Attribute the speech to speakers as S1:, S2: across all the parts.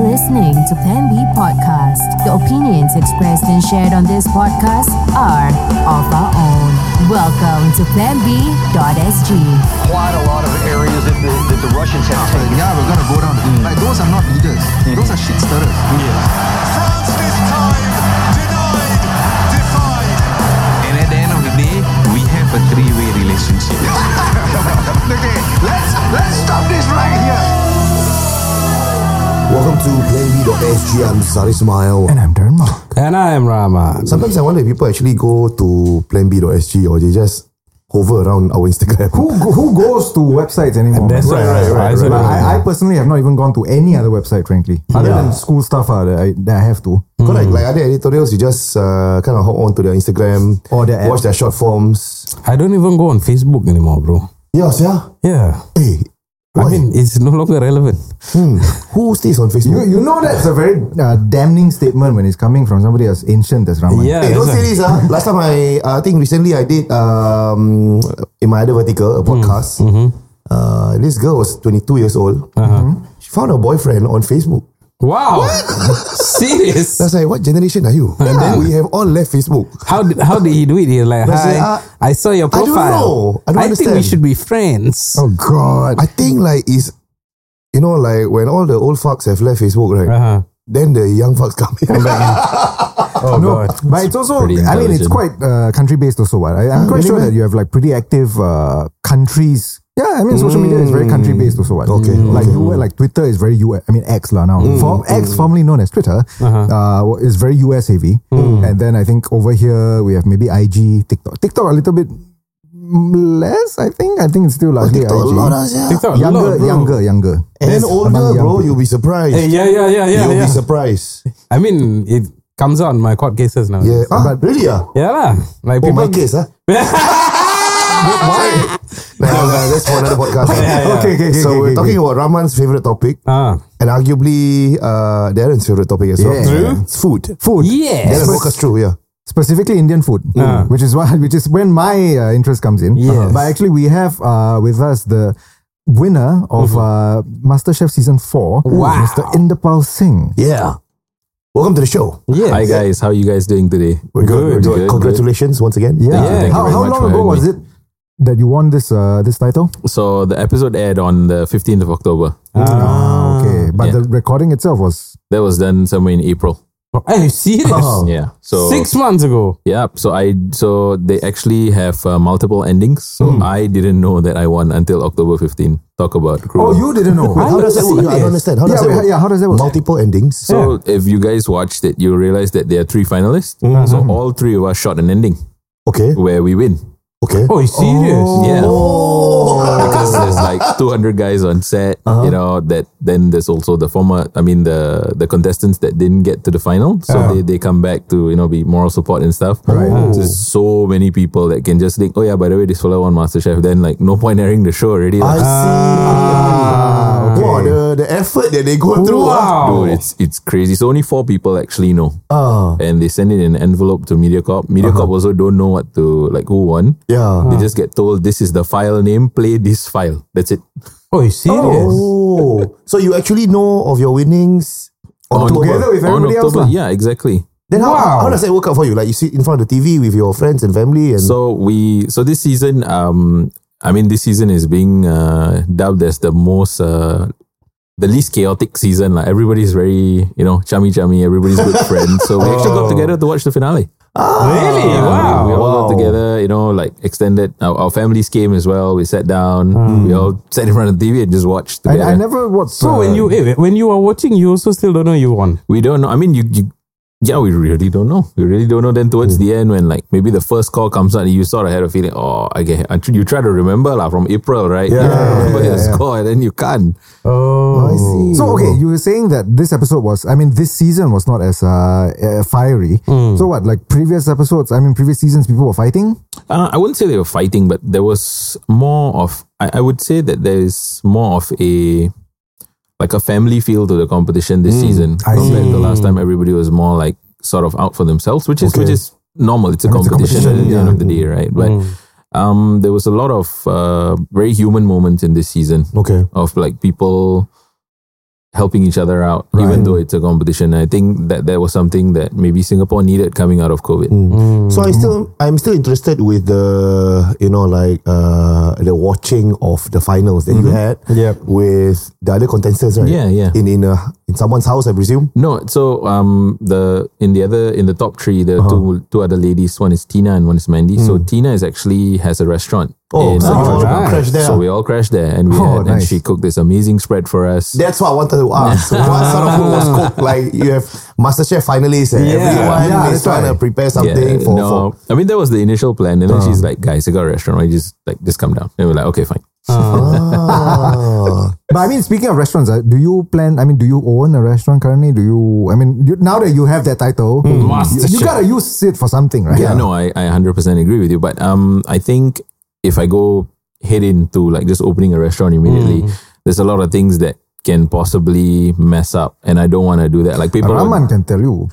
S1: listening to Plan B Podcast. The opinions expressed and shared on this podcast are of our own. Welcome to PlanB.sg.
S2: quite a lot of areas that the, that the Russians have taken.
S3: Yeah, we're gonna go down. Like those are not leaders. Those are shit stirrers.
S4: France this time denied, defied.
S5: And at the end of the day, we have a three-way relationship.
S3: Okay, let's let's stop this right here.
S6: Welcome to PlayB.sg. I'm Sari Smile.
S7: And I'm Darren Mark.
S8: And I am Rama.
S6: Sometimes I wonder if people actually go to PlanB.sg or they just hover around our Instagram.
S7: Who, go- who goes to websites anymore?
S8: That's
S7: man?
S8: right, right, right,
S7: Like,
S8: right, right.
S7: I, I personally have not even gone to any other website, frankly, other than school stuff uh, that, I, that I have to.
S6: Correct. Like other editorials, you just uh, kind of hop on to their Instagram,
S7: Or their app.
S6: watch their short forms.
S8: I don't even go on Facebook anymore, bro.
S6: Yes, yeah.
S8: Yeah.
S6: Hey,
S8: I
S6: Why?
S8: mean, it's no longer relevant.
S6: hmm, who stays on
S7: You,
S6: Facebook?
S7: you know that's a very uh, damning statement when it's coming from somebody as ancient as Raman.
S8: Yeah.
S6: Hey, don't
S8: that's
S6: say
S8: right.
S6: this. Ah, Last time I, I think recently I did um, in my other vertical,
S8: Hmm.
S6: a podcast.
S8: Mm-hmm.
S6: Uh, this girl was 22 years old.
S8: Uh-huh.
S6: She found a boyfriend on Facebook.
S8: Wow. Serious.
S6: That's like, what generation are you?
S8: then-
S6: we have all left Facebook.
S8: How did, how did he do it? He's like,
S6: But
S8: hi,
S6: say, uh,
S8: I saw your
S6: I don't
S8: profile.
S6: know. I don't
S8: think we
S6: understand."
S8: should be friends.
S7: Oh God.
S6: I think like is you know like when all the old fucks have left Facebook, right?
S8: Uh-huh.
S6: Then the young fucks come in.
S8: Oh,
S7: No, but it's also.
S8: pretty
S7: I mean, it's
S8: intelligent.
S7: quite uh, country based also. What I, I'm quite
S6: really
S7: sure
S6: meh?
S7: that you have like pretty active uh, countries. Yeah, I mean, social media is very
S8: Mm.
S7: country based also. What okay, like U- like Twitter is very U. I mean, X lah now.
S8: Mm,
S7: For X, formerly known as Twitter,
S8: Uh-huh.
S7: uh, is very US heavy.
S8: Mm.
S7: And then I think over here we have maybe IG, TikTok, TikTok a little bit less. I think. I think it's still largely
S6: Oh, TikTok, a
S7: IG.
S6: lot, yeah.
S8: TikTok, a lot,
S7: Younger,
S8: bro.
S7: younger, younger.
S6: And older,
S7: among young
S6: bro,
S7: people.
S6: you'll be surprised.
S8: Hey, yeah, yeah, yeah, yeah.
S6: you'll
S8: yeah.
S6: be surprised.
S8: I mean, it comes out in my court cases now.
S6: Yeah. Ah, really? Ah?
S8: Yeah, lah. Like
S6: Oh,
S8: people.
S6: my case, huh? Why? No, no, that's for another podcast. ah.
S8: yeah.
S7: Okay, okay, okay.
S6: so
S7: okay,
S6: we're
S7: okay,
S6: talking
S7: okay.
S6: about Raman's favorite topic
S8: Ah.
S6: and arguably uh, Darren's favorite topic as well.
S7: Yeah. True.
S6: It's food.
S7: food.
S8: Yes.
S6: Darren walk us through, yeah.
S7: specifically Indian food,
S8: Ah.
S7: which is why, which is when my uh, interest comes in.
S8: Yes.
S7: But actually, we have uh, with us the winner of uh, MasterChef season four,
S8: Wow.
S7: Mr. Inderpal Singh.
S6: Yeah. Welcome to the show.
S8: Yes.
S5: Hi guys, how you guys doing today?
S6: We're good.
S5: Good,
S6: We're good.
S5: good,
S6: Congratulations once again.
S7: Yeah.
S5: thank you
S7: how
S5: very
S7: how
S5: much
S7: long
S5: for
S7: ago
S5: having
S7: was it that you won this uh, this title?
S5: So the episode aired on the 15th of October.
S7: Ah, okay. But
S5: yeah.
S7: the recording itself was
S5: That was done somewhere in April.
S8: Are you serious?
S6: Uh-huh.
S5: Yeah. So
S8: Six months ago.
S5: Yeah. So I so they actually have uh, multiple endings. So
S7: Hmm.
S5: I didn't know that I won until October 15th. Talk about
S7: oh
S5: cruel.
S7: you didn't know.
S6: Wait, how does that work? Oh, I don't understand. How does
S7: Yeah,
S6: that
S7: wait,
S6: work?
S7: yeah, how does that work?
S6: Multiple endings.
S5: so if you guys watched it, you realize that there are three finalists.
S7: Mm-hmm.
S5: So all three of us shot an ending
S6: Okay.
S5: where we win.
S6: Okay. Oh.
S8: Oh, you serious?
S5: Yeah.
S7: Oh.
S5: Because there's like 200 guys on set,
S7: Uh-huh.
S5: you know, that then there's also the former, I mean, the the contestants that didn't get to the final. So
S7: Uh-huh.
S5: they, they come back to, you know, be moral support and stuff. Right. There's so many people that can just think, oh, yeah, by the way, this fellow won MasterChef. Then, like, no point airing the show already.
S6: I
S5: Like,
S6: see. Wow, the, the effort that they go through. ah.
S8: Wow.
S5: dude, it's, it's crazy. So only four people actually know.
S6: Ah,
S5: And they send it in an envelope to MediaCorp. MediaCorp
S7: Uh-huh.
S5: also don't know what to, like, who won.
S6: yeah.
S5: They just get told, this is the file name, play this file. That's it.
S8: Oh, you serious?
S6: Oh, so you actually know of your winnings on October.
S7: together with
S5: on
S7: everybody else
S5: October,
S7: lah.
S5: Yeah, exactly.
S6: Then how,
S8: Wow.
S6: how does that work out for you? Like you sit in front of the TV with your friends and family and
S5: So we so this season, um, I mean, this season is being uh, dubbed as the most, uh, the least chaotic season. Like everybody's very, you know, chummy chummy. Everybody's good friends. So we actually got together to watch the finale. Um,
S8: Really? Wow.
S5: we, we all got together. You know, like extended. Our, our families came as well. We sat down. We all sat in front of the TV and just watched
S7: I,
S5: together.
S7: I never watched.
S8: So when you eh, when you are watching, you also still don't know you won.
S5: we don't know. I mean, you. you yeah, we really don't know. We really don't know. Then towards the end, when like maybe the first call comes out, you sort of had a feeling, oh, I get. I tr- You try to remember lah from April, right? Yeah, remember your score, and then you can't.
S6: I
S5: Oh.
S6: see.
S7: So okay, you were saying that this episode was, I mean, this season was not as uh, uh, fiery. So what, like previous episodes? I mean, previous seasons, people were fighting.
S5: Uh, I wouldn't say they were fighting, but there was more of. I, I would say that there is more of a like a family feel to the competition this season
S7: Hmm, I
S5: compared
S7: see.
S5: to last time. Everybody was more like sort of out for themselves, which is which is normal. It's a
S7: mean, it's a
S5: competition, at the
S7: competition,
S5: end
S7: yeah. Hmm.
S5: of the day, right? But um, there was a lot of uh, very human moments in this season
S6: okay.
S5: of like people helping each other out, even though it's a competition. I think that that was something that maybe Singapore needed coming out of COVID.
S7: Hmm.
S6: So I still I'm still interested with the you know like uh the watching of the finals that you had
S7: Yep.
S6: with the other contestants right
S5: Mm-hmm. Yeah, yeah.
S6: in in a, in someone's house I presume
S5: No, so um the in the other in the top three the
S6: Uh-huh.
S5: two two other ladies one is Tina and one is Mandy. So Tina is actually has a restaurant.
S6: Hmm. oh,
S5: in
S6: so you all
S5: Singapore.
S8: nice.
S6: crash there
S5: So we all crashed there, and we
S7: Oh,
S5: had, and
S7: nice.
S5: she cooked this amazing spread for us.
S6: that's what I wanted to ask what sort of food was cooked like you have MasterChef finalists and
S8: Yeah.
S6: everyone
S7: Yeah,
S6: is
S7: that's
S6: trying to
S7: right.
S6: prepare
S5: Yeah,
S6: something for,
S5: no,
S6: for Uh-huh.
S5: I mean that was the initial plan, and then she's like, "Guys, I got a restaurant. I just like just come down." And we're like, "Okay, fine."
S6: Ah.
S7: But I mean, speaking of restaurants, uh, do you plan? I mean, do you own a restaurant currently? Do you? I mean, you, now that you have that title, you, you
S8: Masterchef.
S7: gotta use it for something, right?
S5: Yeah, no, I I hundred percent agree with you, but um, I think if I go head into like just opening a restaurant immediately,
S6: Hmm.
S5: there's a lot of things that can possibly mess up, and I don't want to do that. Like people, would-
S7: Raman can tell you.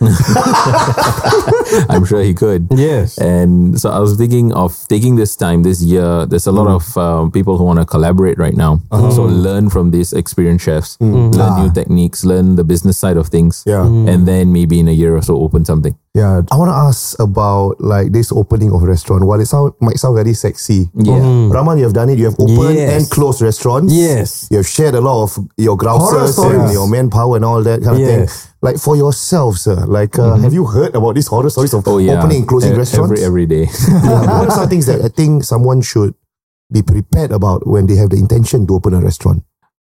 S5: I'm sure he could.
S8: Yes.
S5: And so I was thinking of taking this time this year. There's a lot
S6: Hmm.
S5: of um, people who want to collaborate right now.
S6: Uh-huh.
S5: So learn from these experienced chefs, learn new techniques, learn the business side of things.
S6: Hmm. Ah. Yeah. Mm.
S5: And then maybe in a year or so open something.
S7: Yeah,
S6: I want to ask about like this opening of restaurant while it sound might sound very sexy
S5: Yeah.
S6: Raman, you have done it. You have opened
S8: Yes.
S6: and closed restaurants.
S8: Yes.
S6: You have shared a lot of your
S7: Horror
S6: grouses and
S7: stories.
S6: your manpower and all that kind of
S8: Yes.
S6: thing. Like for yourself, sir. Like, uh, have you heard about these horror stories of
S5: Mm-hmm. Oh, yeah.
S6: opening and closing
S5: E-
S6: restaurants?
S5: Every, every day.
S6: Yeah. what are some things that I think someone should be prepared about when they have the intention to open a restaurant?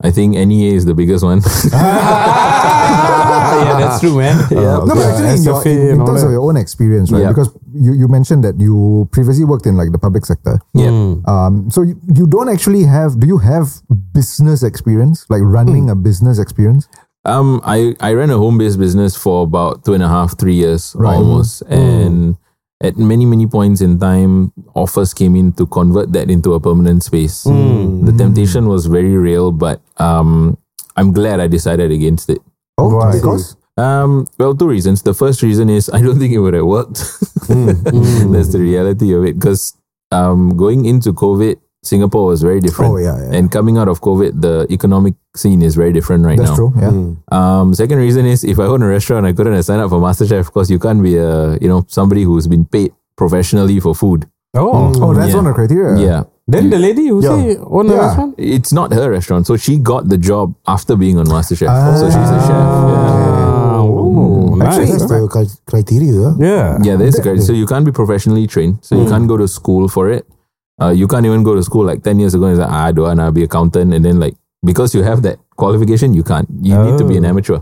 S5: I think NEA is the biggest one.
S8: yeah, that's true, man. Ah. Yeah.
S7: No, but actually, in, your,
S8: SFA
S7: in, in
S8: and all
S7: terms of
S8: that.
S7: your own experience, right?
S5: Yeah.
S7: Because you, you mentioned that you previously worked in like the public sector.
S5: yeah.
S7: Um, so you, you don't actually have. Do you have business experience, like running a business experience?
S5: Um, I, I ran a home based business for about two and a half, three years almost.
S7: Hmm.
S5: And at many, many points in time, offers came in to convert that into a permanent space.
S7: Hmm.
S5: The temptation was very real, but um, I'm glad I decided against it.
S7: Oh,
S6: Right.
S7: because
S5: Um, well, two reasons. The first reason is I don't think it would have worked.
S7: Hmm.
S5: That's the reality of it. Because um, going into COVID, Singapore was very different.
S7: Oh, yeah, yeah.
S5: And coming out of COVID, the economic scene is very different right
S7: that's
S5: now.
S7: true. Yeah.
S5: Um, second reason is if I own a restaurant, I couldn't have signed up for MasterChef because you can't be a you know somebody who's been paid professionally for food.
S8: Oh.
S7: Oh, that's
S5: Yeah.
S7: one of the criteria.
S5: Yeah,
S8: Then the lady who say "Oh, on the
S7: Yeah.
S8: restaurant?
S5: it's not her restaurant, so she got the job after being on MasterChef. so she's a chef.
S8: Ah.
S5: Yeah.
S8: Oh,
S7: Actually,
S8: nice.
S6: That's the cri- criteria.
S8: Yeah.
S5: Yeah, there's a credit. So you can't be professionally trained. So you can't go to school for it. Uh, you can't even go to school like 10 years ago and it's like, ah, I don't want to be accountant. And then like, because you have that qualification, you can't. You need to be an amateur.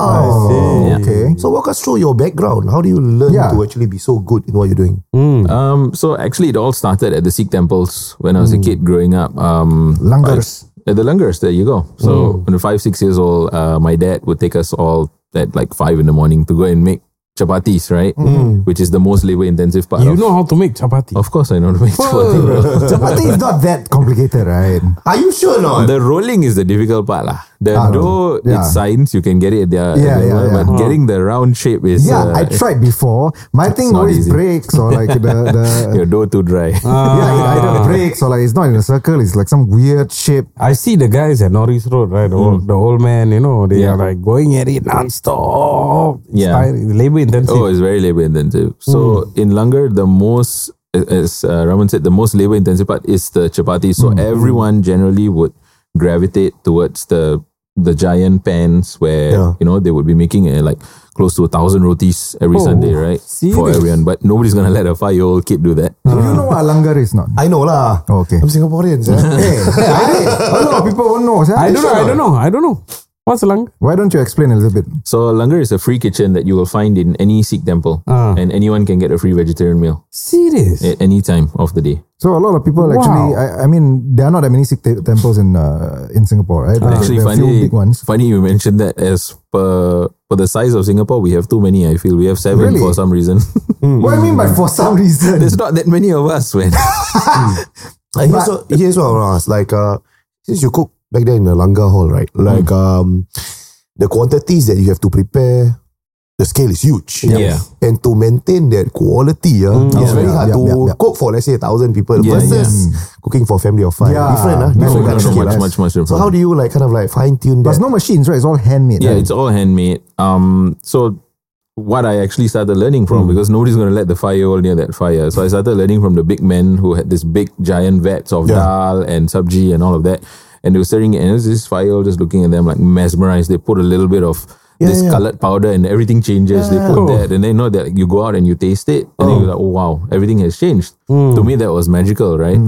S6: Oh,
S5: Yeah.
S7: Okay.
S6: So walk us through your background. How do you learn
S7: Yeah.
S6: to actually be so good in what you're doing?
S5: Um, so actually, it all started at the Sikh temples when I was a kid growing up. Um,
S7: Langars.
S5: At the Langars, there you go.
S7: Hmm.
S5: So when five, six years old, uh, my dad would take us all at like five in the morning to go and make chapatis, right?
S7: Hmm.
S5: Which is the most labor intensive part.
S8: You
S5: of,
S8: know how to make chapati.
S5: of course, I know how to make chapati. bro.
S7: Chapati is not that complicated, right?
S6: Are you sure or not?
S5: The rolling is the difficult part, lah. The
S7: Ah,
S5: dough,
S7: yeah.
S5: it's science. You can get it there,
S7: Yeah,
S5: there,
S7: yeah, yeah. Hmm.
S5: but getting the round shape is
S7: Yeah,
S5: uh,
S7: I tried before. My thing
S5: not easy.
S7: always breaks or like the the.
S5: your dough too dry.
S7: Yeah, it
S5: Ah.
S7: either breaks or like it's not in a circle. It's like some weird shape.
S8: I see the guys at Norris Road, right? The, old, the old man, you know, they
S5: Yeah.
S8: are like going at it non-stop. It's
S5: Yeah.
S8: high- labor intensive.
S5: oh, it's very labor intensive. So
S8: Hmm.
S5: in Langar, the most as uh, Raman said, the most labor intensive part is the chapati. So
S8: Hmm.
S5: everyone generally would gravitate towards the the giant pans where
S6: Yeah.
S5: you know they would be making uh, like close to a thousand rotis every
S8: Oh,
S5: Sunday, right? For
S8: serious?
S5: everyone, but nobody's gonna let a five year old kid do that.
S7: You know what a langar is not?
S6: I know lah.
S7: Oh, okay.
S6: I'm Singaporean. sir.
S7: Hey, hey, a lot of people don't know. sia.
S8: I don't know. I don't know. I don't know. What's lang?
S7: Why don't you explain a little bit?
S5: So langar is a free kitchen that you will find in any Sikh temple,
S8: Ah.
S5: and anyone can get a free vegetarian meal
S8: Serious?
S5: at any time of the day.
S7: So a lot of people actually, I, I mean, there are not that many Sikh te- temples in uh, in Singapore, right? There-
S5: Ah. Actually,
S7: there are a few
S5: funny,
S7: big ones.
S5: funny you mentioned that. As per for the size of Singapore, we have too many. I feel we have seven
S7: Really?
S5: for some reason.
S7: What I mean by for some reason,
S5: Hmm, There's not that many of us, man.
S6: Uh, here's, what, here's what I want to ask. Like, uh, since you cook back
S7: Hmm.
S6: there in the Langgar Hall, right? Like, um, the quantities that you have to prepare, the scale is huge.
S5: Yeah. Hmm.
S6: And to maintain that quality, yeah, it's
S7: Yeah.
S6: very
S7: Yeah,
S6: hard
S7: yeah,
S6: to
S7: yeah, yeah.
S6: cook for let's say a thousand people
S5: Yeah,
S6: versus cooking for family of five.
S7: Yeah.
S6: Different, ah,
S7: Different,
S6: different
S5: no,
S6: kind of
S5: no,
S6: scale,
S5: much,
S6: ah.
S5: much, much different.
S6: So how do you like kind of like fine tune that?
S7: There's no machines, right? It's all handmade.
S5: Yeah,
S7: right?
S5: it's all handmade. Um, so what I actually started learning from because nobody's going to let the five-year-old near that fire. So I started learning from the big men who had this big giant vats of
S6: Yeah.
S5: dal and sabji and all of that, and they were staring at and it was this five-year-old just looking at them like mesmerized. They put a little bit of this
S6: yeah.
S5: colored powder and everything changes. They put that, and then you know that you go out and you taste it, and then you're like, oh wow, everything has changed. To me, that was magical, right?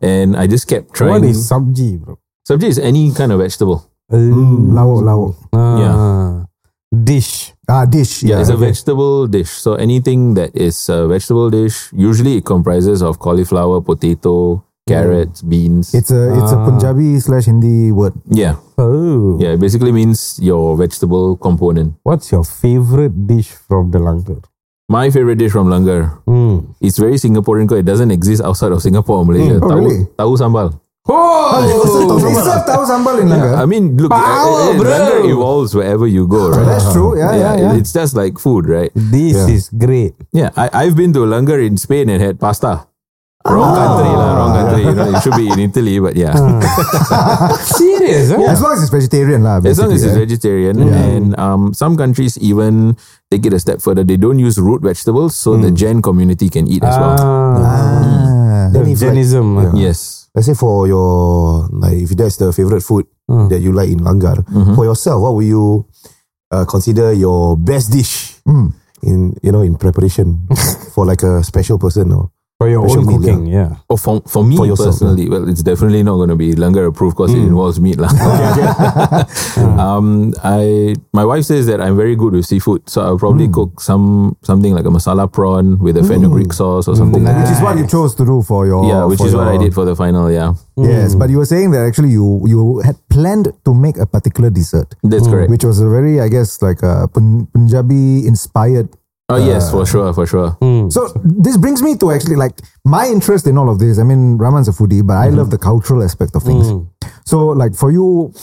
S5: And I just kept trying.
S8: What is sabji, bro?
S5: sabji is any kind of vegetable. Hmm.
S7: lawok, lawok.
S5: Yeah.
S8: Ah, Dish.
S7: Ah, dish. Yeah.
S5: It's a vegetable dish. So anything that is a vegetable dish, usually it comprises of cauliflower, potato, carrots,
S7: Mm.
S5: beans.
S7: It's a it's a
S5: Ah.
S7: Punjabi slash Hindi word.
S5: yeah.
S8: Oh.
S5: Yeah. It basically means your vegetable component.
S8: What's your favorite dish from the Hmm. Langgur?
S5: My favorite dish from Langar. It's very Singaporean because it doesn't exist outside of Singapore or Malaysia.
S7: Oh,
S5: tahu,
S7: really?
S5: tahu sambal.
S7: Oh, except tahu sambal in Lanka.
S5: I mean, look, eh, eh,
S8: Power, bro.
S5: Langar evolves wherever you go, right?
S7: That's true. Yeah, yeah, yeah.
S5: It's just like food, right?
S8: This is great.
S5: Yeah, I, I've been to Langar in Spain and had pasta. Wrong
S7: Ah.
S5: country, lah, wrong country. You know, it should be in Italy, but yeah.
S7: Hmm.
S8: Serious? huh?
S7: As long as it's vegetarian, lah.
S5: As long as it's
S7: basically, eh.
S5: vegetarian, and um, some countries even take it a step further. They don't use root vegetables, so the Jain community can eat as well.
S8: Ah,
S7: Ah.
S6: Then if like,
S8: Jainism. ah.
S5: Yes,
S6: let's say for your like if that's the favorite food that you like in Langar for yourself, what will you uh, consider your best dish in you know in preparation for like a special person or
S8: For your own
S6: Special meal,
S8: cooking, yeah.
S5: oh, for, for Hmm. me
S6: For yourself,
S5: personally, well, it's definitely not going to be langar approved because it involves meat, lah. um, I my wife says that I'm very good with seafood, so I'll probably cook some something like a masala prawn with a fenugreek sauce or something like
S7: Which
S5: that.
S7: is what you chose to do for your
S5: Yeah, which
S7: for
S5: is what I
S7: your-
S5: did Oh, for Hmm. the final. Yeah,
S7: Yes, but you were saying that actually you you had planned to make a particular dessert,
S5: that's correct.
S7: which was a very I guess like a Pun- Punjabi inspired
S5: oh yes, for sure, for sure.
S8: Hmm.
S7: So this brings me to actually like my interest in all of this. I mean, Raman's a foodie, but I
S8: Mm-hmm.
S7: love the cultural aspect of things.
S8: Mm.
S7: So like for you,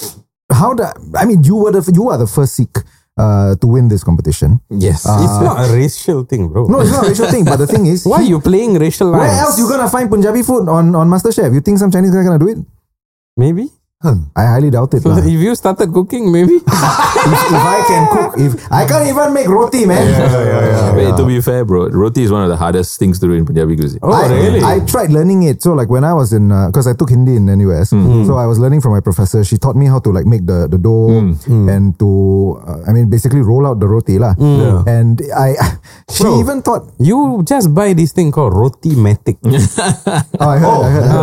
S7: how do I mean you were the you are the first Sikh uh, to win this competition.
S5: Yes,
S8: it's not a racial thing, bro.
S7: Ah. No, it's not a racial thing, but the thing is,
S8: Why you playing racial lines?
S7: where else you gonna find Punjabi food on on MasterChef? You think some Chinese guy gonna do it?
S8: Maybe.
S7: I highly doubt it. lah.
S8: If you started cooking, maybe.
S7: if I can cook, if I can't even make roti, man.
S5: But Oh, to be fair, bro, roti is one of the hardest things to do in Punjabi cuisine.
S8: Oh,
S7: I,
S8: really?
S7: I tried learning it. So like when I was in, because I took Hindi in NUS,
S8: Mm-hmm.
S7: so I was learning from my professor. She taught me how to like make the the
S8: Mm.
S7: dough and to, uh, I mean, basically roll out the roti lah. And I, she
S8: Bro.
S7: even thought.
S8: you just buy this thing called roti matic. Ah.
S7: Oh, I heard, I heard, I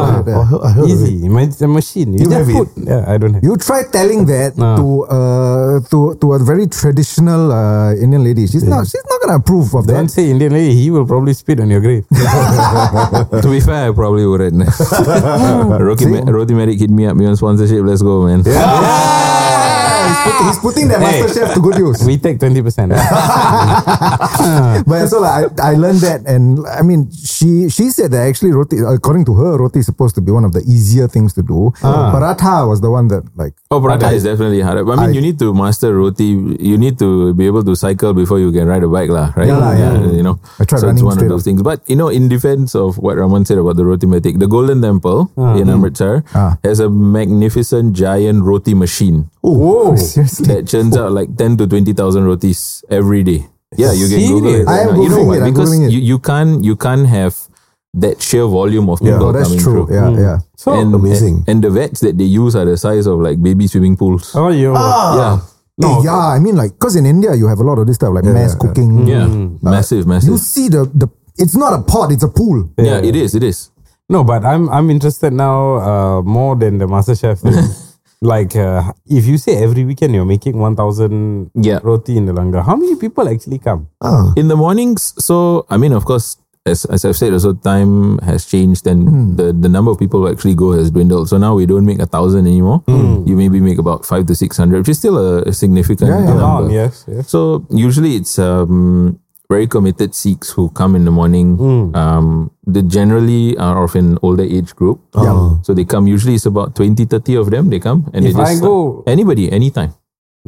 S7: heard, I heard, yeah.
S8: Easy. It's a machine. You,
S7: You
S8: just
S7: have
S8: put. Yeah, I don't have.
S7: You tried telling that
S8: Ah.
S7: to uh, to to a very traditional uh, Indian lady. She's not she's not gonna approve of
S8: don't
S7: that.
S8: say Indian lady. He will probably spit on your grave.
S5: to be fair, I probably wouldn't.
S7: Oh,
S5: Roti, Ma- Roti Medic hit me up. You want sponsorship? Let's go, man.
S7: He's putting that
S8: Hey.
S7: master chef to good use.
S8: we take twenty percent.
S7: But so like, I, I learned that, and I mean, she she said that actually roti, according to her, roti is supposed to be one of the easier things to do. Paratha was the one that like
S5: Oh, paratha is definitely hard. I mean,
S7: I-
S5: you need to master roti. You need to be able to cycle before you can ride a bike, lah. Right?
S7: Yeah lah, yeah.
S5: You know,
S7: I tried
S5: so it's
S7: running
S5: one of
S7: straight
S5: those things. But you know, in defense of what Raman said about the roti matic, the Golden Temple
S7: Ah.
S5: in Amritsar has a magnificent giant roti machine
S7: oh seriously.
S5: that churns out like ten to twenty thousand rotis every day. Yeah, you can Google it.
S8: Serious?
S7: I am
S5: you know
S7: Googling
S5: why?
S7: it, I'm
S5: Because
S7: Googling it.
S5: you, you can't you can't have that sheer volume of people
S7: Oh, that's
S5: coming
S7: true.
S5: through.
S7: Yeah, oh, yeah.
S8: So
S5: and,
S6: amazing.
S5: And the vets that they use are the size of like baby swimming pools.
S8: oh, you.
S5: yeah.
S7: Eh, yeah, I mean, like, cause in India you have a lot of this stuff, like mass
S6: yeah, yeah.
S7: cooking.
S5: Yeah. massive, massive.
S7: You see the the. It's not a pot; it's a pool.
S5: yeah, it is, it is.
S8: No, but I'm I'm interested now uh, more than the MasterChef thing. like, uh, if you say every weekend you're making 1,000
S5: Yeah.
S8: roti in the Langar, how many people actually come?
S5: In the mornings, so I mean of course as, as I've said, also time has changed and
S7: Hmm.
S5: the, the number of people who actually go has dwindled. So now we don't make a thousand anymore. You maybe make about five to six hundred, which is still a, a significant
S7: Yeah, yeah.
S5: number.
S8: Amount, yes, yes.
S5: So usually it's um, very committed Sikhs who come in the morning.
S8: Hmm.
S5: Um, they generally are of an older age group. Um, So they come, usually it's about 20, 30 of them. They come and
S8: If
S5: they just
S8: I go-
S5: anybody, anytime.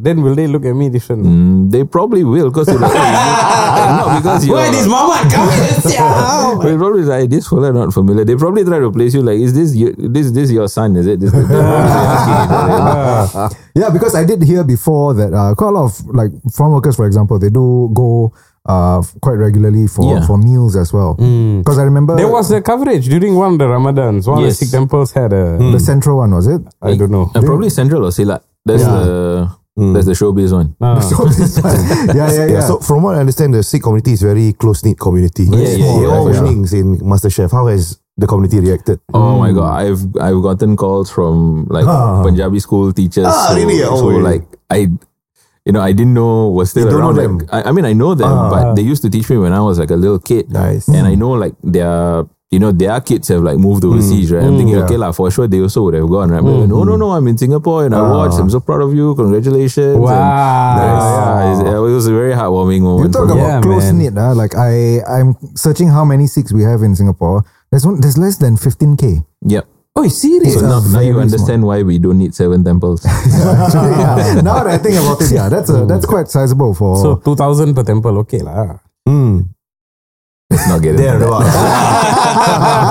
S8: Then will they look at me different?
S5: Mm, they probably will because like, hey, not because you
S9: Where is Mama coming?
S5: Well, probably like this fella not familiar. They probably try to place you like, is this your, this this your son? Is it? This, they probably ask you,
S7: Yeah, because I did hear before that uh, quite a lot of like farm workers, for example, they do go uh, quite regularly for,
S5: Yeah.
S7: for meals as well. Because I remember
S8: There was a coverage during one of the Ramadans. One
S5: Yes.
S8: of the Sikh temples had a.
S7: the central one, was it?
S8: I don't know. Hmm.
S5: Uh, probably Central or Silat. That's the that's the showbiz one.
S7: So this one- yeah, yeah, yeah.
S6: Yeah, so from what I understand, the Sikh community is very close knit community.
S5: Yeah, yeah,
S6: They
S5: yeah,
S6: all
S5: yeah.
S6: winnings in MasterChef. How has the community reacted?
S5: Oh my god, I've I've gotten calls from like Punjabi school teachers.
S6: Ah,
S5: who-
S6: really? Oh,
S5: who,
S6: really?
S5: like I, you know, I didn't know was still
S6: You
S5: around.
S6: don't know Ah.
S5: Like, I, I mean, I know them, but they used to teach me when I was like a little kid.
S6: Nice.
S5: And I know like their you know their kids have like moved
S6: Hmm.
S5: overseas, right? I'm thinking, okay lah, for sure they also would have gone, right? But they're like,
S6: Hmm.
S5: no, no, no, I'm in Singapore and I
S6: Ah.
S5: watched. I'm so proud of you. Congratulations.
S8: Wow.
S5: And, yeah, it's- it was a very heartwarming
S7: You
S5: moment.
S7: talk
S5: for me.
S7: about
S8: Yeah,
S7: close
S8: man.
S7: knit, uh, like I, I'm searching how many Sikhs we have in Singapore. There's one, there's less than 15k.
S5: Yep.
S9: Oh, serious?
S5: So
S7: It's
S5: now, now
S7: very
S5: you
S7: small.
S5: understand why we don't need seven temples.
S7: Actually, yeah. Now that I think about it, yeah, that's a, that's quite sizable for.
S8: So 2000 per temple, okay lah.
S5: Let's not get into
S6: There,
S5: that.
S6: no, ah.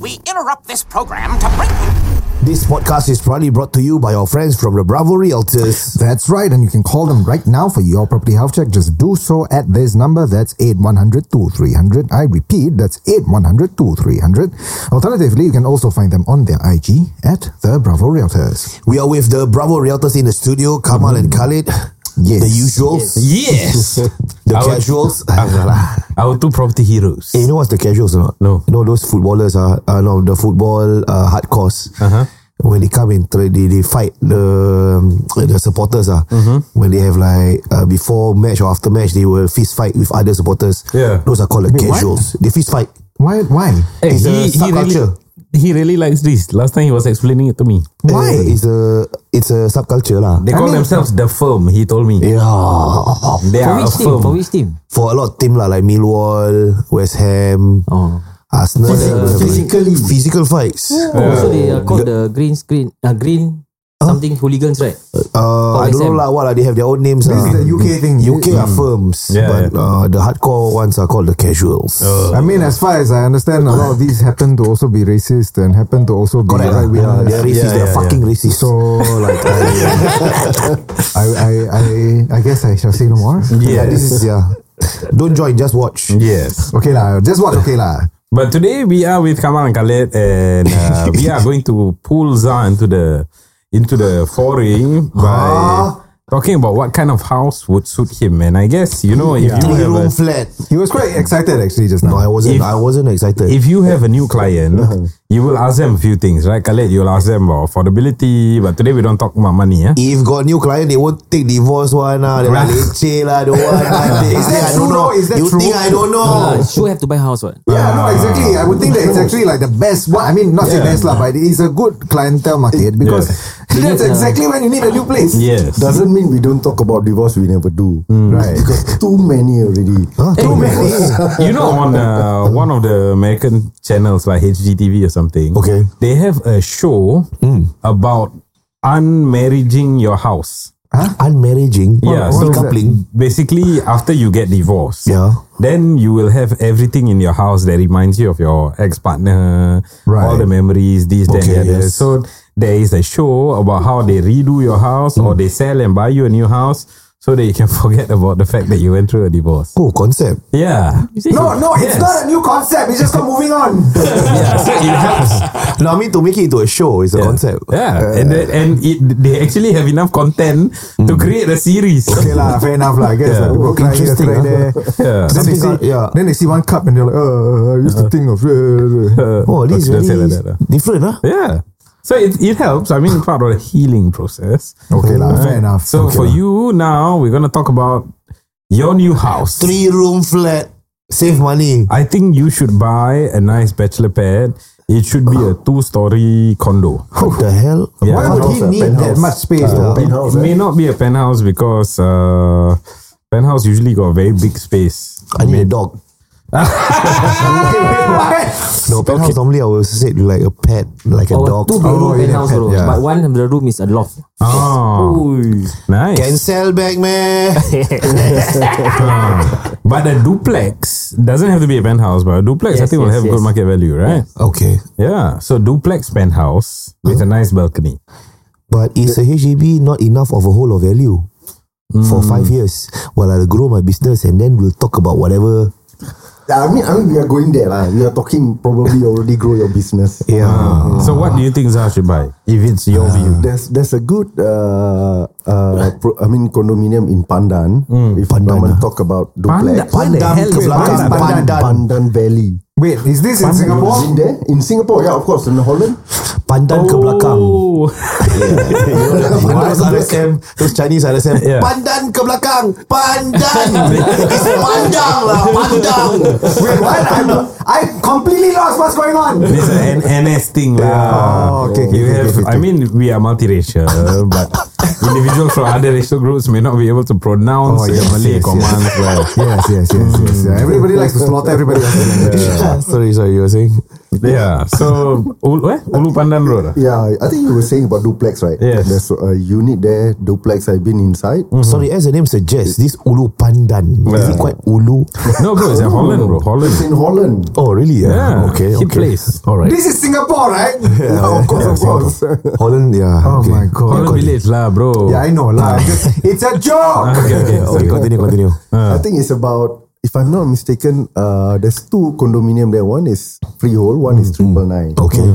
S9: We interrupt this program to bring you
S6: this podcast is proudly brought to you by our friends from the Bravo Realtors.
S7: That's right, and you can call them right now for your property health check. Just do so at this number. That's 8100 2300. I repeat, that's 8100 2300. Alternatively, you can also find them on their IG at The Bravo Realtors.
S6: We are with the Bravo Realtors in the studio, Kamal and Khalid.
S7: Yes.
S6: The usuals.
S9: Yes.
S6: The
S8: Our-
S6: casuals. Ah,
S8: Our two property heroes.
S6: Eh, you know what's the casuals or not?
S8: No.
S6: You know those footballers are uh, no the football uh, hardcores. Uh-huh. When they come and tra- they, they fight the um, the supporters ah. When they have like uh, before match or after match, they will fist fight with other supporters.
S8: Yeah.
S6: Those are called the casuals. They fist fight.
S7: Why? Why?
S9: Hey,
S5: Eh,
S6: It's a
S9: Eh, really,
S6: subculture.
S9: he really likes this. Last time he was explaining it to me.
S7: Why?
S6: Eh, It's a it's a subculture lah.
S9: They
S8: I
S9: call
S8: mean-
S9: themselves the firm, he told me.
S6: Yeah.
S9: They
S10: Eh,
S9: are a
S10: For which team?
S9: firm.
S10: For which team?
S6: For a lot of team lah like Millwall, West Ham,
S10: Oh.
S6: Arsenal.
S10: Physically.
S6: physical fights.
S10: Oh, so they are called the green screen, uh, green something hooligans, right?
S7: Oh,
S6: Uh, I
S10: For
S6: don't know
S10: SM.
S6: lah what lah, they have their own names.
S7: This
S6: ah.
S7: is the UK thing.
S6: UK
S11: Mm.
S6: are firms,
S8: Yeah,
S6: but
S8: yeah.
S6: Uh, the hardcore ones are called the casuals.
S7: I mean, as far as I understand, a lot of these happen to also be racist and happen to also be
S6: Correct, right?
S7: right
S6: Yeah,
S7: wingers.
S6: they're racist.
S8: Yeah,
S6: they're
S8: yeah,
S6: fucking racist.
S7: So, like, I, I, I, I, I guess I shall say no more.
S6: yeah, this is yeah. Don't join, just watch.
S8: Yes.
S7: Okay, lah. Just what? Okay, lah.
S8: But today we are with Kamal and Khaled and uh, we are going to pull Zah into the into the foray by talking about what kind of house would suit him. And I guess you know if you
S6: Three
S8: have
S6: room
S8: a,
S6: flat.
S7: He was quite excited actually just now.
S6: No, I wasn't.
S8: If-
S6: I wasn't excited.
S8: if you have a new client,
S6: Uh-huh.
S8: you will ask them a few things, right? Khaled, you'll ask them about affordability, but today we don't talk about money, yeah?
S6: If got new client, they won't take divorce one lah. They like leceh lah. The one lah. They
S7: Is
S6: say, I
S7: that
S6: don't
S7: true
S6: know.
S7: though? Is that
S6: you
S7: true?
S6: think I don't
S10: Uh,
S9: Oh.
S6: know?
S10: sure have to buy house, what?
S7: Yeah, no, exactly. uh, I would think that it's actually like the best one. I mean, not the
S8: Yeah.
S7: best lah, but it's a good clientele market because that's
S10: Yeah.
S7: exactly when you need a new place.
S8: Yes.
S11: Doesn't mean we don't talk about divorce. We never do, right? Because too many already.
S7: Mm. Too many.
S8: you know, on uh, one of the American channels like HGTV or something,
S6: Okay.
S8: they have a show
S7: Hmm.
S8: about unmarrying your house.
S6: Unmarrying.
S8: Yeah, so
S6: decoupling.
S8: basically, after you get divorced,
S6: Yeah.
S8: then you will have everything in your house that reminds you of your ex partner,
S7: Right.
S8: all the memories, this, that,
S6: Okay,
S8: and the other.
S6: yes.
S8: So there is a show about how they redo your house or
S7: Hmm.
S8: they sell and buy you a new house so that you can forget about the fact that you went through a divorce.
S6: Cool concept.
S8: Yeah.
S7: No, no, it's
S8: Yes.
S7: not a new concept. It's just called moving on.
S8: yeah. So it helps.
S6: No, I mean to make it into a show is a concept. Uh,
S8: Yeah, and then, and it, they actually have enough content to create a series.
S7: Mm. Okay lah, fair enough lah. I guess
S8: Yeah.
S7: like, people cry here,
S6: Interesting,
S7: cry
S6: huh?
S7: there.
S8: Yeah.
S7: Then they see,
S6: Something- yeah.
S7: then they see one cup and they're like, uh, I used to think of. Uh, uh.
S6: Oh, this is very
S8: Okay, don't say like that lah.
S6: different, huh?
S8: Yeah. So it, it helps. I mean, part of the healing process.
S7: Okay lah, fair enough.
S8: So
S7: okay
S8: for
S7: lah.
S8: you now, we're gonna talk about your new house.
S6: Three room flat. Save money.
S8: I think you should buy a nice bachelor pad. It should be a two-story condo.
S6: What the hell?
S8: Yeah. Uh,
S7: why would he
S11: Penthouse,
S7: need that
S11: penthouse.
S7: much space? though?
S8: It may not be a penthouse because uh, penthouse usually got a very big space.
S6: I need a dog. No, penthouse normally I will say like a pet, like a
S10: Our
S6: dog. Oh,
S10: two bedroom
S6: yeah,
S10: penthouse,
S6: pet,
S10: bro.
S6: yeah.
S10: But one of the room is a loft.
S8: Oh, nice.
S6: Can sell back, man.
S8: But a duplex doesn't have to be a penthouse, but a duplex I
S10: Yes,
S8: think will
S10: yes,
S8: have
S10: yes.
S8: good market value, right?
S6: okay,
S8: Yeah. So duplex penthouse with a nice balcony.
S6: but is a HDB not enough of a whole of value for five years? While I grow my business and then we'll talk about whatever.
S11: I mean, I mean, we are going there lah. We are talking probably already grow your business. Ah.
S6: Yeah,
S8: So what do you think Zah should buy if it's your view?
S11: There's there's a good uh, uh, pro, I mean condominium in Pandan. If Pandan
S6: Pandan.
S11: talk about duplex,
S10: Where the hell
S6: ke
S10: is
S6: belakang?
S10: Pandan?
S11: Pandan, Pandan Valley.
S7: Wait, is this in Singapore?
S11: In there, in Singapore, yeah, of course, in Holland.
S6: Pandan ke belakang.
S8: Oh,
S6: One of those RSM, those Chinese RSM.
S8: Yeah.
S6: Pandan ke belakang. Pandan. It's pandang lah. Pandang.
S7: Wait, what? I'm, I completely lost what's going on.
S8: it's an NS thing lah.
S7: Oh, okay, okay,
S8: You
S7: okay,
S8: have.
S7: okay, okay.
S8: I mean, we are multiracial, but individuals from other racial groups may not be able to pronounce your Malay commands well.
S7: Yes, yes, yes, yes. yeah. Everybody likes to slaughter everybody else.
S6: sorry, sorry. You were saying?
S8: Yeah. So Ulu, eh? Ulu Pandan Road. ah?
S11: Yeah, I think you were saying about duplex, right?
S8: Yes.
S11: There's a unit there, duplex. I've been inside.
S6: Sorry, as the name suggests, this Ulu Pandan. Is it quite Ulu?
S8: No, bro, it's in Holland, bro.
S11: It's
S8: Holland.
S11: in Holland.
S6: Oh, really? Yeah.
S8: Yeah.
S6: Okay,
S8: He
S6: okay.
S8: plays.
S6: All right.
S7: This is Singapore, right?
S6: of course, of course. Holland, yeah.
S7: Oh
S6: okay.
S7: my god.
S8: Holland village lah, bro. Ah,
S7: Yeah, I know lah. Just- it's a joke.
S8: Okay, okay.
S6: Okay, continue, continue.
S11: I think it's about, if I'm not mistaken, uh, there's two condominium there. One is freehold, one is triple nine. Mm.
S6: Okay.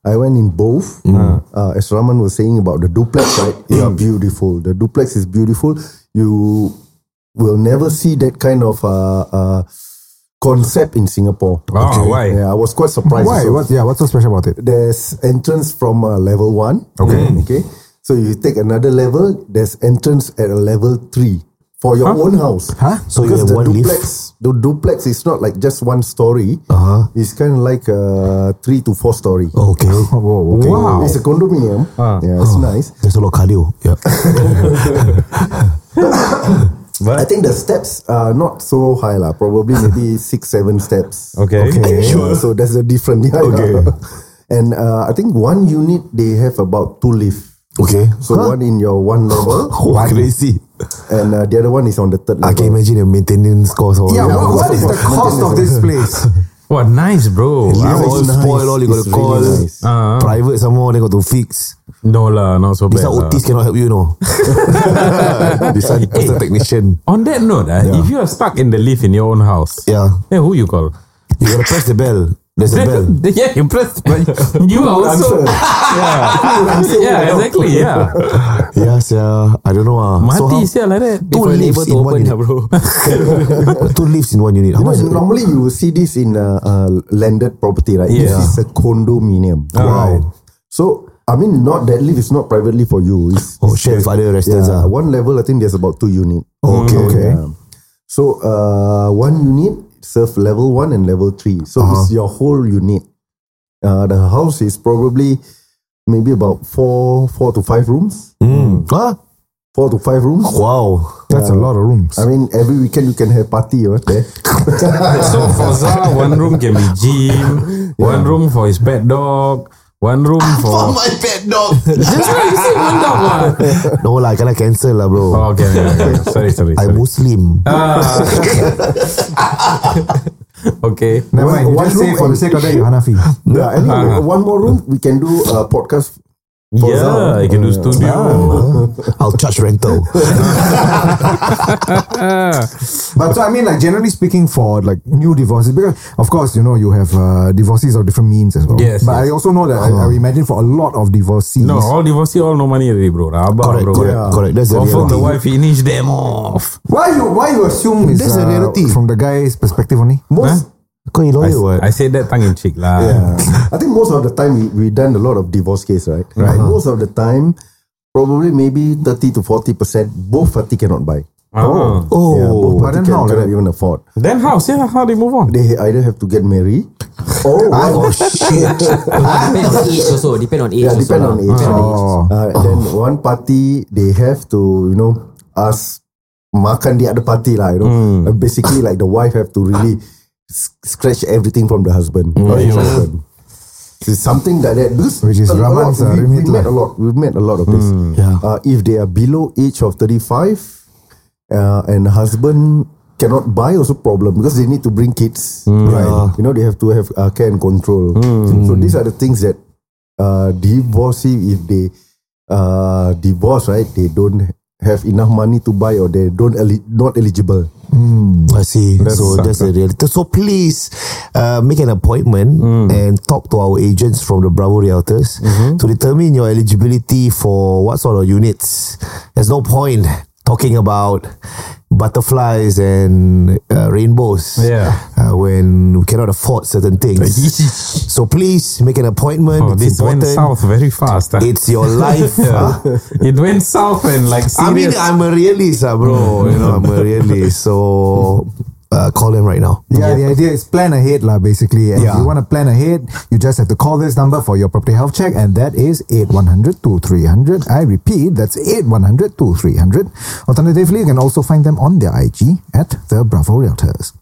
S11: I went in both. Uh, as Raman was saying about the duplex, right? Yeah, beautiful. The duplex is beautiful. You will never see that kind of uh, uh, concept in Singapore.
S8: Ah, why?
S11: Yeah, I was quite surprised.
S7: Why?
S11: also.
S7: What? Yeah, what's so special about it?
S11: There's entrance from uh, level one. Okay. Okay. So you take another level. There's entrance at a level three for your own house.
S7: Huh?
S6: So you
S11: Because
S6: have
S11: the
S6: one lift?
S11: duplex, the duplex is not like just one story. Uh-huh. It's kind of like uh, three to four story.
S6: Okay.
S7: Whoa, okay. Wow.
S11: It's a condominium. Yeah, it's nice.
S6: There's a lot of cardio. Yeah.
S11: I think the steps are not so high lah. Probably maybe six, seven steps.
S8: Okay. Okay.
S11: Yeah, So that's the difference. Yeah, okay. And uh, I think one unit they have about two lift.
S6: Okay.
S11: So one in your one level,
S6: What crazy.
S11: and uh, the other one is on the third level.
S6: I can imagine the maintenance cost. or
S7: Yeah,
S6: whatever.
S7: what, what is the cost of this place?
S8: What nice, bro.
S6: Yeah,
S11: It's
S6: all
S11: nice.
S6: spoil, all you got
S11: It's
S6: to
S11: really
S6: call.
S11: nice.
S8: Uh-huh.
S6: Private some more, then got to fix.
S8: No lah, not so
S6: This
S8: bad.
S6: one
S8: lah.
S6: OTs cannot help you, you know. this one personal technician.
S8: On that note, ah, if you are stuck in the lift in your own house,
S6: Yeah.
S8: eh, who you call?
S6: You gotta press the bell. There's a bell.
S8: yeah, impressed. But you are also. yeah, yeah, exactly. Yeah,
S6: Yes, yeah. I don't know. Ah. So how-
S8: mati sia like that.
S6: two
S10: Able
S6: lifts
S10: to
S6: in one
S10: open
S6: unit.
S10: lah, bro.
S6: two lifts in one unit. How
S11: You know,
S6: much?
S11: normally you will see this in a, uh landed property, right?
S8: Yeah.
S11: This is a condominium.
S8: Alright.
S11: So I mean, not that lift is not privately for you. It's,
S6: Oh,
S11: it's
S6: share with other restaurants.
S11: yeah,
S6: ah.
S11: one level. I think there's about two unit.
S6: Okay.
S11: Okay. So uh, one unit serve level one and level three. So it's your whole unit. Uh, the house is probably maybe about four, four to five rooms.
S6: Mm. Huh?
S11: Four to five rooms.
S6: Wow.
S7: That's a lot of rooms.
S11: I mean, every weekend you can have party over there.
S8: So for Zah, one room can be gym, one room for his pet dog, one room for.
S6: my pet dog.
S8: Just now you said one dog lah.
S6: no lah, kena cancel lah bro.
S8: Oh, okay, okay, okay. Sorry, sorry.
S6: I
S8: sorry.
S6: Muslim.
S7: Ah.
S8: Okay.
S7: Never mind. You
S11: One
S7: just say
S11: room
S7: for the
S11: and-
S7: sake of that, you're Hanafi.
S11: Yeah, anyway,
S7: Uh-huh.
S11: one more room we can do a podcast. for
S8: Yeah,
S11: Zah.
S8: you can do studio.
S6: I'll charge rental.
S7: But so I mean, like generally speaking, for like new divorces, because of course you know you have uh, divorces of different means as well.
S8: Yes,
S7: But
S8: yes.
S7: I also know that I, I imagine for a lot of divorcees,
S8: No, all divorcee, all no money already, bro. Rabak,
S6: correct,
S8: bro.
S6: correct, correct. That's the
S8: Confirm the
S6: reality.
S8: wife finish them off.
S7: why you why you assume is
S6: That's the
S7: uh,
S6: reality.
S7: from the guy's perspective only?
S11: Most,
S6: Kau ni lawyer what?
S8: I said that tongue in cheek lah.
S11: yeah, Uh, I think most of the time we we done a lot of divorce case, right?
S7: Uh-huh.
S11: Right. Most of the time, probably maybe thirty to forty percent, both party cannot buy.
S8: Ah.
S6: oh,
S11: Yeah, both
S7: but
S11: party
S7: then
S11: can,
S7: how like
S11: cannot
S7: that?
S11: even afford.
S8: Then how? See how they move on.
S11: They either have to get married, or
S6: oh shit.
S10: Depend on age also. Depend on age
S11: yeah,
S10: also.
S11: depend
S10: lah.
S11: on age.
S7: Oh.
S11: Uh, Then one party they have to you know
S7: Hmm.
S11: ask makan the other party lah. You know, Uh, basically like the wife have to really s- scratch everything from the husband.
S7: Hmm.
S11: or ex-husband. It's something like that. Because
S7: Which is
S11: a lot,
S7: Rahman's, uh,
S11: we, we
S7: remit
S11: met
S7: lah.
S11: a lot. We've met a lot of this.
S6: Yeah.
S11: Uh, if they are below age of 35 uh, and husband cannot buy also problem because they need to bring kids. Right. You know, they have to have uh, care and control. So these are the things that uh, divorcee, if they uh, divorce, right, they don't have enough money to buy or they don't eli- not eligible.
S6: I see.
S8: That
S6: so
S8: sucks,
S6: that's the reality. So please uh, make an appointment
S8: Mm.
S6: and talk to our agents from the Bravo Realtors
S8: Mm-hmm.
S6: to determine your eligibility for what sort of units. There's no point talking about butterflies and uh, rainbows
S8: Yeah.
S6: uh, when we cannot afford certain things. so please make an appointment.
S8: Oh,
S6: it's
S8: this went
S6: important.
S8: south very fast. huh?
S6: It's your life. huh?
S8: it went south and like
S6: I mean,
S8: serious.
S6: I'm a realist, ah, bro. you know, I'm a realist. So uh, call them right now.
S7: Yeah, the idea is plan ahead, lah. Basically, and if
S6: Yeah.
S7: you want to plan ahead, you just have to call this number for your property health check, and that is eight one hundred two three hundred. I repeat, that's eight one hundred two three hundred. Alternatively, you can also find them on their IG at the Bravo Realtors.